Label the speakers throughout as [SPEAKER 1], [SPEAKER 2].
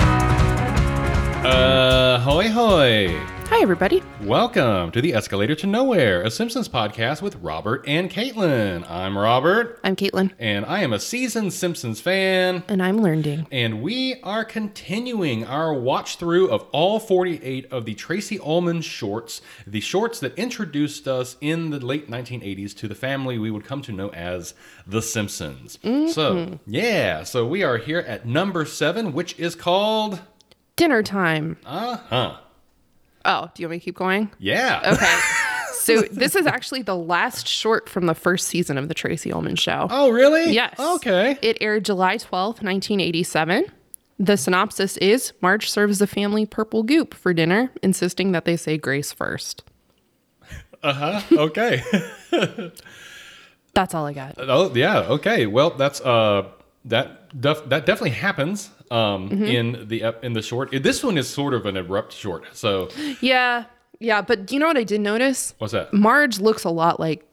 [SPEAKER 1] Hi, Uh, hoy!
[SPEAKER 2] Hi, everybody.
[SPEAKER 1] Welcome to the Escalator to Nowhere, a Simpsons podcast with Robert and Caitlin. I'm Robert,
[SPEAKER 2] I'm Caitlin,
[SPEAKER 1] and I am a seasoned Simpsons fan.
[SPEAKER 2] and I'm learning.
[SPEAKER 1] And we are continuing our watch through of all 48 of the Tracy Ullman shorts, the shorts that introduced us in the late 1980s to the family we would come to know as The Simpsons.
[SPEAKER 2] Mm-hmm.
[SPEAKER 1] So, yeah, so we are here at number seven, which is called.
[SPEAKER 2] Dinner time.
[SPEAKER 1] Uh huh.
[SPEAKER 2] Oh, do you want me to keep going?
[SPEAKER 1] Yeah.
[SPEAKER 2] Okay. so this is actually the last short from the first season of the Tracy Ullman Show.
[SPEAKER 1] Oh, really?
[SPEAKER 2] Yes.
[SPEAKER 1] Okay.
[SPEAKER 2] It aired July twelfth, 1987. The synopsis is Marge serves the family purple goop for dinner, insisting that they say grace first.
[SPEAKER 1] okay.
[SPEAKER 2] That's all I got.
[SPEAKER 1] oh, yeah. Okay. Well, that's uh that def- that definitely happens um in the ep- in the short. This one is sort of an abrupt short. So,
[SPEAKER 2] Yeah. Yeah. But do you know what I did notice?
[SPEAKER 1] what's that?
[SPEAKER 2] Marge looks a lot like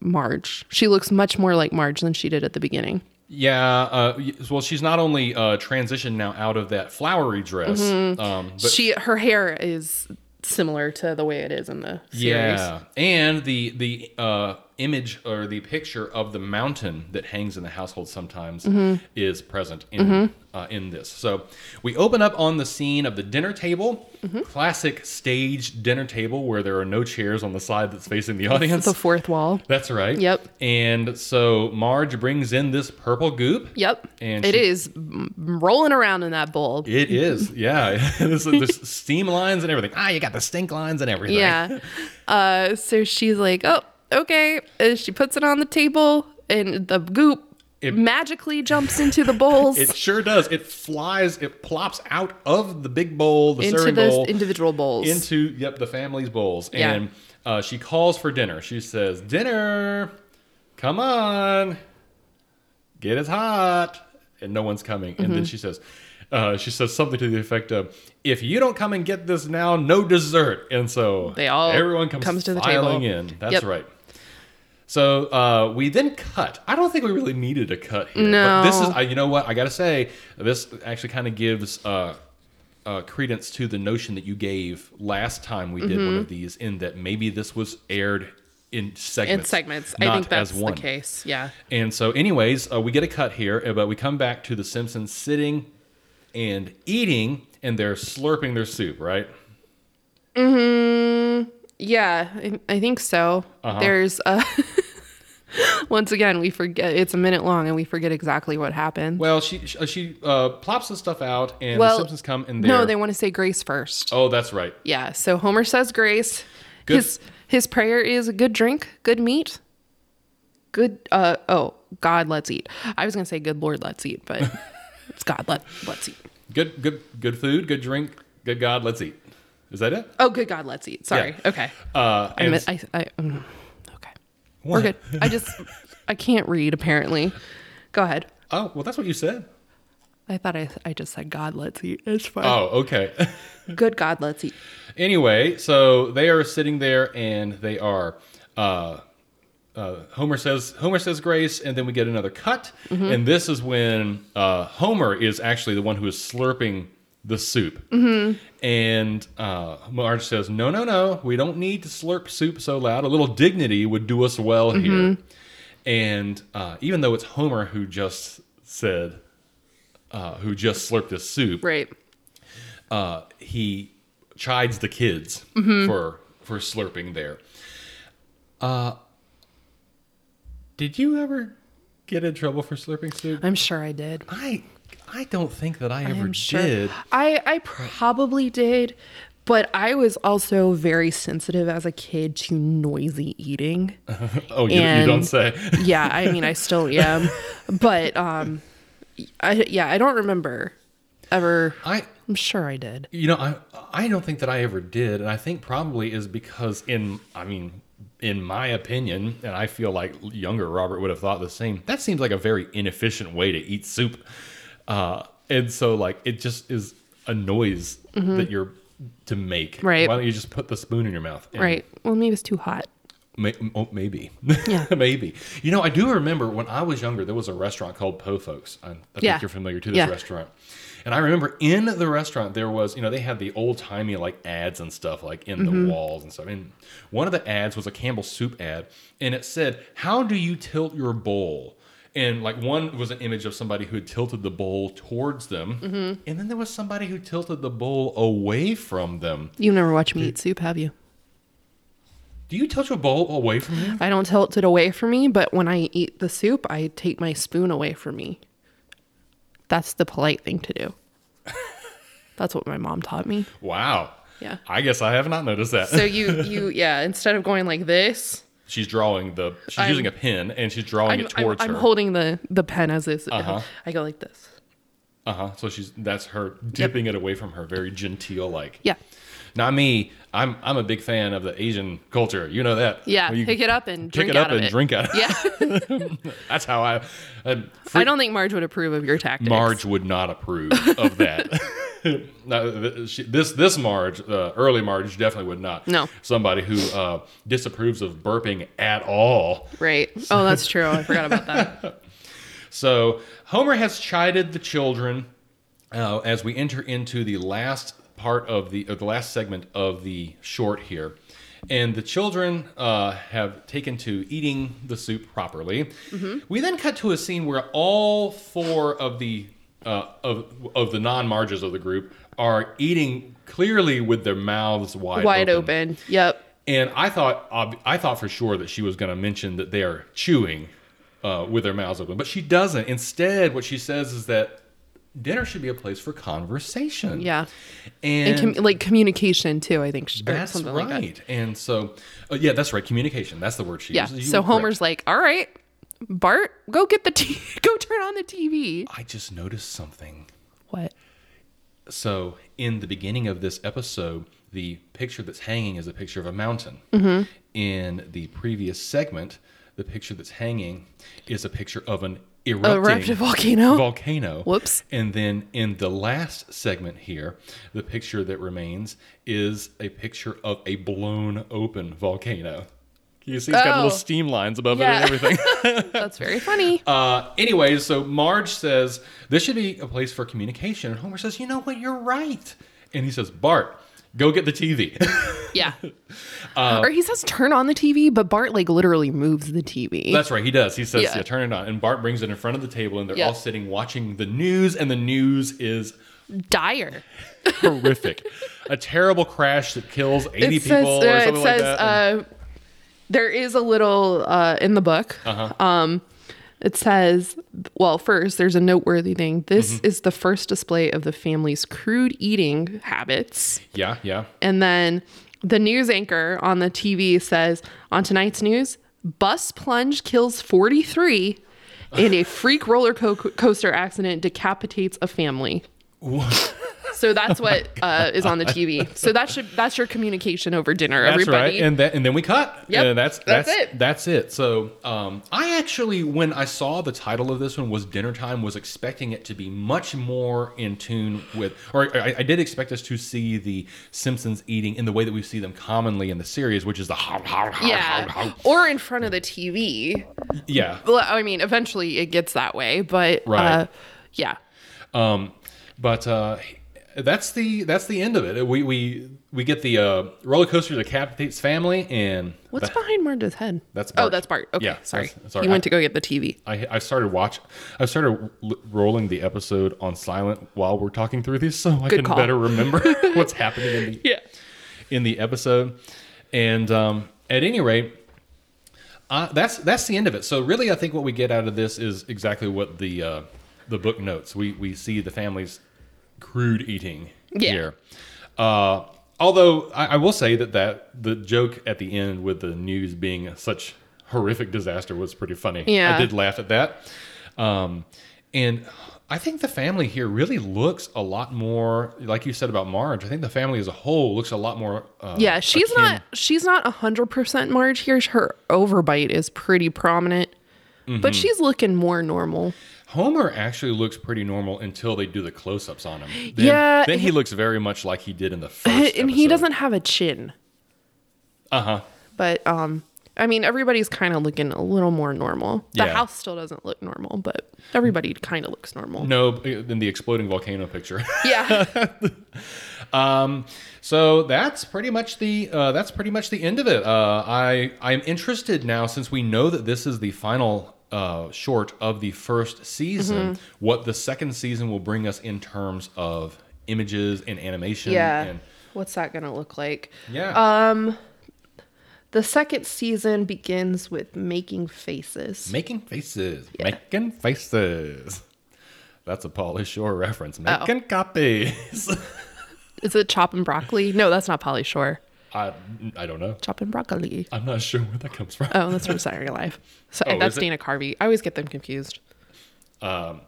[SPEAKER 2] Marge. She looks much more like Marge than she did at the beginning.
[SPEAKER 1] Yeah, uh y- well, she's not only uh transitioned now out of that flowery dress. Um but
[SPEAKER 2] she her hair is similar to the way it is in the series.
[SPEAKER 1] yeah, and the the uh image or the picture of the mountain that hangs in the household sometimes
[SPEAKER 2] Mm-hmm.
[SPEAKER 1] is present in uh, in this. So we open up on the scene of the dinner table,
[SPEAKER 2] Mm-hmm.
[SPEAKER 1] classic staged dinner table where there are no chairs on the side that's facing the audience.
[SPEAKER 2] The fourth wall.
[SPEAKER 1] that's right.
[SPEAKER 2] Yep.
[SPEAKER 1] And so Marge brings in this purple goop.
[SPEAKER 2] Yep.
[SPEAKER 1] And
[SPEAKER 2] it
[SPEAKER 1] she-
[SPEAKER 2] is m rolling around in that bowl.
[SPEAKER 1] It is, yeah. There's- there's steam lines and everything. Ah, you got the stink lines and everything.
[SPEAKER 2] yeah. uh, so she's like, "Oh, okay." And she puts it on the table and the goop
[SPEAKER 1] It-
[SPEAKER 2] magically jumps into the bowls
[SPEAKER 1] It sure does. It flies. It plops out of the big bowl, the
[SPEAKER 2] into
[SPEAKER 1] serving
[SPEAKER 2] those
[SPEAKER 1] bowl,
[SPEAKER 2] individual bowls.
[SPEAKER 1] into yep the family's bowls,
[SPEAKER 2] Yeah.
[SPEAKER 1] and uh, she calls for dinner. She says, "Dinner, come on, get it hot," and no one's coming. And
[SPEAKER 2] Mm-hmm.
[SPEAKER 1] then she says. Uh, she says something to the effect of, "If you don't come and get this now, no dessert." And so
[SPEAKER 2] They all
[SPEAKER 1] everyone comes,
[SPEAKER 2] comes to the
[SPEAKER 1] filing
[SPEAKER 2] table.
[SPEAKER 1] in. That's
[SPEAKER 2] Yep.
[SPEAKER 1] right. So uh, we then cut. I don't think we really needed a cut here. But
[SPEAKER 2] No.
[SPEAKER 1] this is, I, you know what? I got to say, this actually kind of gives uh, uh, credence to the notion that you gave last time we did one
[SPEAKER 2] Mm-hmm.
[SPEAKER 1] of these, in that maybe this was aired in segments.
[SPEAKER 2] in segments. I
[SPEAKER 1] not
[SPEAKER 2] think that's
[SPEAKER 1] as one.
[SPEAKER 2] the case. Yeah.
[SPEAKER 1] And so, anyways, uh, we get a cut here, uh, but we come back to the Simpsons sitting and eating, and they're slurping their soup, right?
[SPEAKER 2] Yeah, I, I think so.
[SPEAKER 1] Uh-huh.
[SPEAKER 2] There's a once again we forget it's a minute long and we forget exactly what happened.
[SPEAKER 1] Well, she she, she uh, plops the stuff out, and the
[SPEAKER 2] Well,
[SPEAKER 1] Simpsons come and they're
[SPEAKER 2] no, they want to say grace first.
[SPEAKER 1] oh, that's right.
[SPEAKER 2] Yeah, so Homer says grace.
[SPEAKER 1] Good-
[SPEAKER 2] His his prayer is good drink, good meat, good uh oh God let's eat. I was gonna say good Lord let's eat, but it's God let let's eat.
[SPEAKER 1] Good, good, good food, good drink, good God. Let's eat. Is that it?
[SPEAKER 2] Oh, good God let's eat. Sorry.
[SPEAKER 1] Yeah.
[SPEAKER 2] Okay.
[SPEAKER 1] Uh,
[SPEAKER 2] I,
[SPEAKER 1] and-
[SPEAKER 2] mi- I, I mm, okay. We're good. I just I can't read apparently. Go ahead.
[SPEAKER 1] Oh, well, that's what you said.
[SPEAKER 2] I thought I, I just said God let's eat. It's fine.
[SPEAKER 1] Oh, okay.
[SPEAKER 2] Good God let's eat.
[SPEAKER 1] anyway, so they are sitting there, and they are. Uh, uh, Homer says Homer says grace, and then we get another cut, and this is when uh, Homer is actually the one who is slurping the soup, and uh, Marge says, "No, no, no, we don't need to slurp soup so loud. A little dignity would do us well here." And uh, even though it's Homer who just said, uh, who just slurped this soup,
[SPEAKER 2] Right.
[SPEAKER 1] uh, he chides the kids
[SPEAKER 2] Mm-hmm.
[SPEAKER 1] for for slurping there. Uh, did you ever get in trouble for slurping soup?
[SPEAKER 2] I'm sure I did.
[SPEAKER 1] I I don't think that I ever
[SPEAKER 2] I'm sure.
[SPEAKER 1] did.
[SPEAKER 2] I, I probably did, but I was also very sensitive as a kid to noisy eating.
[SPEAKER 1] Oh, you, you don't
[SPEAKER 2] And-
[SPEAKER 1] say.
[SPEAKER 2] yeah, I mean I still am. But um I yeah, I don't remember ever
[SPEAKER 1] I
[SPEAKER 2] I'm sure I did.
[SPEAKER 1] you know I I don't think that I ever did, and I think probably is because in I mean. In my opinion, and I feel like younger Robert would have thought the same. That seems like a very inefficient way to eat soup. uh, and so like it just is a noise that you're to make.
[SPEAKER 2] Mm-hmm. Right.
[SPEAKER 1] Why don't you just put the spoon in your mouth? and
[SPEAKER 2] Right. Well maybe it's too hot.
[SPEAKER 1] May, oh, maybe.
[SPEAKER 2] Yeah.
[SPEAKER 1] maybe. You know, I do remember when I was younger, there was a restaurant called Po Folks. I, I
[SPEAKER 2] Yeah.
[SPEAKER 1] think you're familiar to this
[SPEAKER 2] Yeah.
[SPEAKER 1] restaurant. And I remember in the restaurant there was, you know, they had the old timey like ads and stuff like in
[SPEAKER 2] Mm-hmm.
[SPEAKER 1] the walls and stuff. And one of the ads was a Campbell soup ad, and it said, "How do you tilt your bowl?" And like one was an image of somebody who had tilted the bowl towards them,
[SPEAKER 2] Mm-hmm.
[SPEAKER 1] and then there was somebody who tilted the bowl away from them.
[SPEAKER 2] You've never watched me eat soup, have you?
[SPEAKER 1] Do you tilt your bowl away from you?
[SPEAKER 2] I don't tilt it away from me, but when I eat the soup, I take my spoon away from me. That's the polite thing to do. That's what my mom taught me.
[SPEAKER 1] Wow.
[SPEAKER 2] Yeah.
[SPEAKER 1] I guess I have not noticed that.
[SPEAKER 2] So you you yeah, instead of going like this,
[SPEAKER 1] she's drawing the. She's
[SPEAKER 2] I'm-
[SPEAKER 1] using a pin and she's drawing
[SPEAKER 2] I'm,
[SPEAKER 1] it
[SPEAKER 2] I'm-
[SPEAKER 1] towards
[SPEAKER 2] I'm
[SPEAKER 1] her.
[SPEAKER 2] holding the the pen as is.
[SPEAKER 1] Uh-huh.
[SPEAKER 2] I go like this.
[SPEAKER 1] Uh huh. So she's that's her dipping it away from her, very genteel like.
[SPEAKER 2] Yeah.
[SPEAKER 1] Not me. I'm I'm a big fan of the Asian culture. You know that.
[SPEAKER 2] Yeah,
[SPEAKER 1] Where you
[SPEAKER 2] pick it up and
[SPEAKER 1] pick
[SPEAKER 2] drink
[SPEAKER 1] it up
[SPEAKER 2] out of
[SPEAKER 1] and
[SPEAKER 2] it.
[SPEAKER 1] drink out. of it.
[SPEAKER 2] Yeah.
[SPEAKER 1] That's how I. I,
[SPEAKER 2] I don't think Marge would approve of your tactics.
[SPEAKER 1] Marge would not approve of that. No, th- she- this this Marge, uh, early Marge, definitely would not.
[SPEAKER 2] No.
[SPEAKER 1] Somebody who uh, disapproves of burping at all.
[SPEAKER 2] Right. Oh, that's true. I forgot about that.
[SPEAKER 1] So Homer has chided the children uh, as we enter into the last part of the, or the last segment of the short here. And the children uh, have taken to eating the soup properly. We then cut to a scene where all four of the uh, of of the non marges of the group are eating clearly with their mouths wide
[SPEAKER 2] Wide
[SPEAKER 1] open.
[SPEAKER 2] open. Yep.
[SPEAKER 1] And I thought, ob- I thought for sure that she was going to mention that they are chewing uh, with their mouths open, but she doesn't. Instead, what she says is that dinner should be a place for conversation.
[SPEAKER 2] Yeah.
[SPEAKER 1] and,
[SPEAKER 2] And com- like communication too, I think. sh- Or
[SPEAKER 1] that's
[SPEAKER 2] something
[SPEAKER 1] right.
[SPEAKER 2] like that.
[SPEAKER 1] And so, uh, yeah, that's right. Communication. That's the word she
[SPEAKER 2] Yeah.
[SPEAKER 1] uses. You
[SPEAKER 2] So
[SPEAKER 1] were correct.
[SPEAKER 2] Homer's like, "All right, Bart, go get the t- go turn on the TV."
[SPEAKER 1] I just noticed something.
[SPEAKER 2] What?
[SPEAKER 1] So, in the beginning of this episode, the picture that's hanging is a picture of a mountain.
[SPEAKER 2] Mm-hmm.
[SPEAKER 1] In the previous segment, the picture that's hanging is a picture of an
[SPEAKER 2] A
[SPEAKER 1] erupting
[SPEAKER 2] erupted volcano.
[SPEAKER 1] volcano.
[SPEAKER 2] Whoops.
[SPEAKER 1] And then in the last segment here, the picture that remains is a picture of a blown open volcano. You see, it's got
[SPEAKER 2] Oh.
[SPEAKER 1] little steam lines above
[SPEAKER 2] Yeah.
[SPEAKER 1] it and everything.
[SPEAKER 2] that's very funny.
[SPEAKER 1] Uh, anyways, so Marge says this should be a place for communication, and Homer says, "You know what? You're right." And he says, "Bart, go get the TV."
[SPEAKER 2] yeah.
[SPEAKER 1] Uh,
[SPEAKER 2] or he says turn on the TV, but Bart like literally moves the TV.
[SPEAKER 1] That's right. He does. He says,
[SPEAKER 2] Yeah.
[SPEAKER 1] "Yeah, turn it on." And Bart brings it in front of the table, and they're
[SPEAKER 2] Yeah.
[SPEAKER 1] all sitting watching the news, and the news is
[SPEAKER 2] dire.
[SPEAKER 1] horrific. a terrible crash that kills eighty
[SPEAKER 2] it says,
[SPEAKER 1] people
[SPEAKER 2] uh,
[SPEAKER 1] or
[SPEAKER 2] it
[SPEAKER 1] something like
[SPEAKER 2] says,
[SPEAKER 1] that.
[SPEAKER 2] uh, there is a little uh, in the book.
[SPEAKER 1] Uh-huh.
[SPEAKER 2] Um, it says, well, first, there's a noteworthy thing. This
[SPEAKER 1] Mm-hmm.
[SPEAKER 2] is the first display of the family's crude eating habits.
[SPEAKER 1] yeah, yeah.
[SPEAKER 2] And then the news anchor on the TV says, on tonight's news, bus plunge kills 43 and a freak roller co- coaster accident decapitates a family. So that's what uh, is on the TV. So that should that's your communication over dinner,
[SPEAKER 1] That's
[SPEAKER 2] everybody.
[SPEAKER 1] right. And that and then we cut.
[SPEAKER 2] Yep.
[SPEAKER 1] And that's that's,
[SPEAKER 2] That's
[SPEAKER 1] it.
[SPEAKER 2] it.
[SPEAKER 1] That's it. So um, I actually when I saw the title of this one was Dinner Time was expecting it to be much more in tune with or I, I did expect us to see the Simpsons eating in the way that we see them commonly in the series, which is the how how how
[SPEAKER 2] yeah, or in front of the TV.
[SPEAKER 1] Yeah.
[SPEAKER 2] Well, I mean, eventually it gets that way, but uh,
[SPEAKER 1] Right.
[SPEAKER 2] yeah,
[SPEAKER 1] Um, but uh, that's the that's the end of it. We we we get the uh, roller coaster decapitates family and
[SPEAKER 2] what's
[SPEAKER 1] that-
[SPEAKER 2] behind Marta's head?
[SPEAKER 1] That's
[SPEAKER 2] oh,
[SPEAKER 1] Bart.
[SPEAKER 2] that's Bart. Okay,
[SPEAKER 1] Yeah,
[SPEAKER 2] sorry.
[SPEAKER 1] that's- sorry,
[SPEAKER 2] He
[SPEAKER 1] I-
[SPEAKER 2] went to go get the TV.
[SPEAKER 1] I, I started watch I started l- rolling the episode on silent while we're talking through these so I
[SPEAKER 2] Good
[SPEAKER 1] can
[SPEAKER 2] call.
[SPEAKER 1] better remember what's happening in the
[SPEAKER 2] Yeah.
[SPEAKER 1] in the episode. And um, at any rate, uh, that's that's the end of it. So really, I think what we get out of this is exactly what the uh, the book notes. We we see the family's crude eating
[SPEAKER 2] Yeah.
[SPEAKER 1] here. Uh, although I, I will say that that the joke at the end with the news being such horrific disaster was pretty funny.
[SPEAKER 2] Yeah.
[SPEAKER 1] I did laugh at that. Um, and I think the family here really looks a lot more, like you said about Marge. I think the family as a whole looks a lot more. Uh,
[SPEAKER 2] Yeah, she's
[SPEAKER 1] akin-
[SPEAKER 2] not she's not hundred percent Marge here. Her overbite is pretty prominent, but she's looking more normal.
[SPEAKER 1] Homer actually looks pretty normal until they do the close-ups on him. Then,
[SPEAKER 2] Yeah,
[SPEAKER 1] then he looks very much like he did in the first.
[SPEAKER 2] and he
[SPEAKER 1] episode.
[SPEAKER 2] doesn't have a chin. Uh huh. But um, I mean, everybody's kind of looking a little more normal. The
[SPEAKER 1] Yeah.
[SPEAKER 2] house still doesn't look normal, but everybody kind of looks normal.
[SPEAKER 1] No, in the exploding volcano picture.
[SPEAKER 2] Yeah.
[SPEAKER 1] Um, so that's pretty much the uh, that's pretty much the end of it. Uh, I I'm interested now since we know that this is the final uh, short of the first season. What the second season will bring us in terms of images and animation.
[SPEAKER 2] yeah.
[SPEAKER 1] And,
[SPEAKER 2] What's that going to look like?
[SPEAKER 1] yeah.
[SPEAKER 2] The second season begins with making faces.
[SPEAKER 1] making faces. Making faces. That's a Pauly Shore reference.
[SPEAKER 2] Oh.
[SPEAKER 1] Making copies.
[SPEAKER 2] Is it chop and broccoli? No, that's not Polly Shore.
[SPEAKER 1] I I don't know.
[SPEAKER 2] Chop and broccoli.
[SPEAKER 1] I'm not sure where that comes from.
[SPEAKER 2] Oh, that's from Saturday Night Live. So
[SPEAKER 1] Oh,
[SPEAKER 2] that's
[SPEAKER 1] is it?
[SPEAKER 2] Dana Carvey. I always get them confused.
[SPEAKER 1] Um,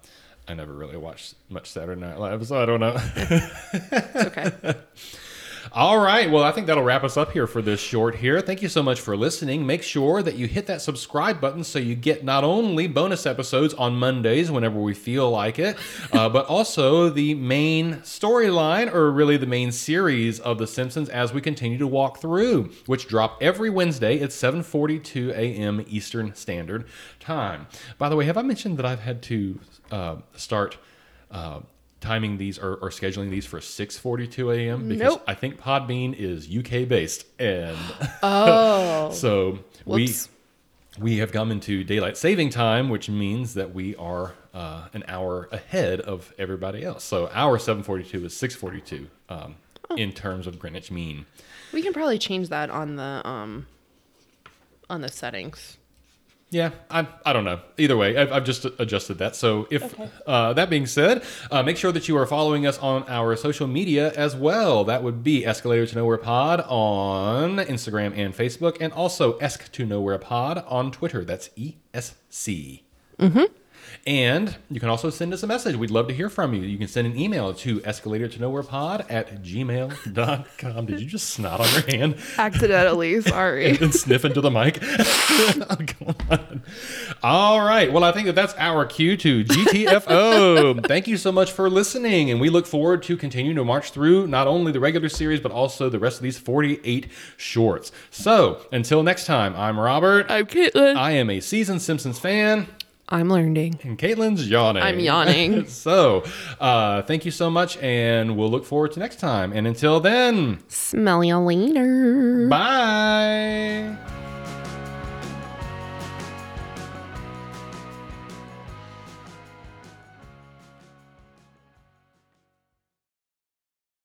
[SPEAKER 1] I never really watched much Saturday Night Live, so I don't know.
[SPEAKER 2] It's okay.
[SPEAKER 1] All right. Well, I think that'll wrap us up here for this short here. Thank you so much for listening. Make sure that you hit that subscribe button so you get not only bonus episodes on Mondays whenever we feel like it, uh, but also the main storyline or really the main series of The Simpsons as we continue to walk through, which drop every Wednesday at 7:42 a.m. Eastern Standard Time. By the way, have I mentioned that I've had to uh, start? Uh, timing these or, or scheduling these for 6:42 a.m. because
[SPEAKER 2] Nope.
[SPEAKER 1] I think Podbean is UK based, and
[SPEAKER 2] Oh.
[SPEAKER 1] so we
[SPEAKER 2] Whoops.
[SPEAKER 1] we have come into daylight saving time, which means that we are uh, an hour ahead of everybody else. So our 7:42 is 6:42 um, in terms of Greenwich Mean.
[SPEAKER 2] We can probably change that on the um on the settings.
[SPEAKER 1] Yeah, I, I don't know. Either way, I've, I've just adjusted that. So, if uh, that being said, uh, make sure that you are following us on our social media as well. That would be Escalator to Nowhere Pod on Instagram and Facebook, and also Esc to Nowhere Pod on Twitter. That's E S C. And you can also send us a message. We'd love to hear from you. You can send an email to escalator to nowhere pod at gmail.com. Did you just snot on your hand?
[SPEAKER 2] Accidentally, sorry.
[SPEAKER 1] and sniff into the mic. Oh, come on. All right. Well, I think that that's our cue to GTFO. Thank you so much for listening. And we look forward to continuing to march through not only the regular series, but also the rest of these 48 shorts. So until next time, I'm Robert.
[SPEAKER 2] I'm Caitlin.
[SPEAKER 1] I am a seasoned Simpsons fan,
[SPEAKER 2] uh, I'm learning.
[SPEAKER 1] and Caitlin's yawning.
[SPEAKER 2] I'm yawning.
[SPEAKER 1] so, uh, thank you so much, and we'll look forward to next time. And until then,
[SPEAKER 2] Smell you later.
[SPEAKER 1] bye.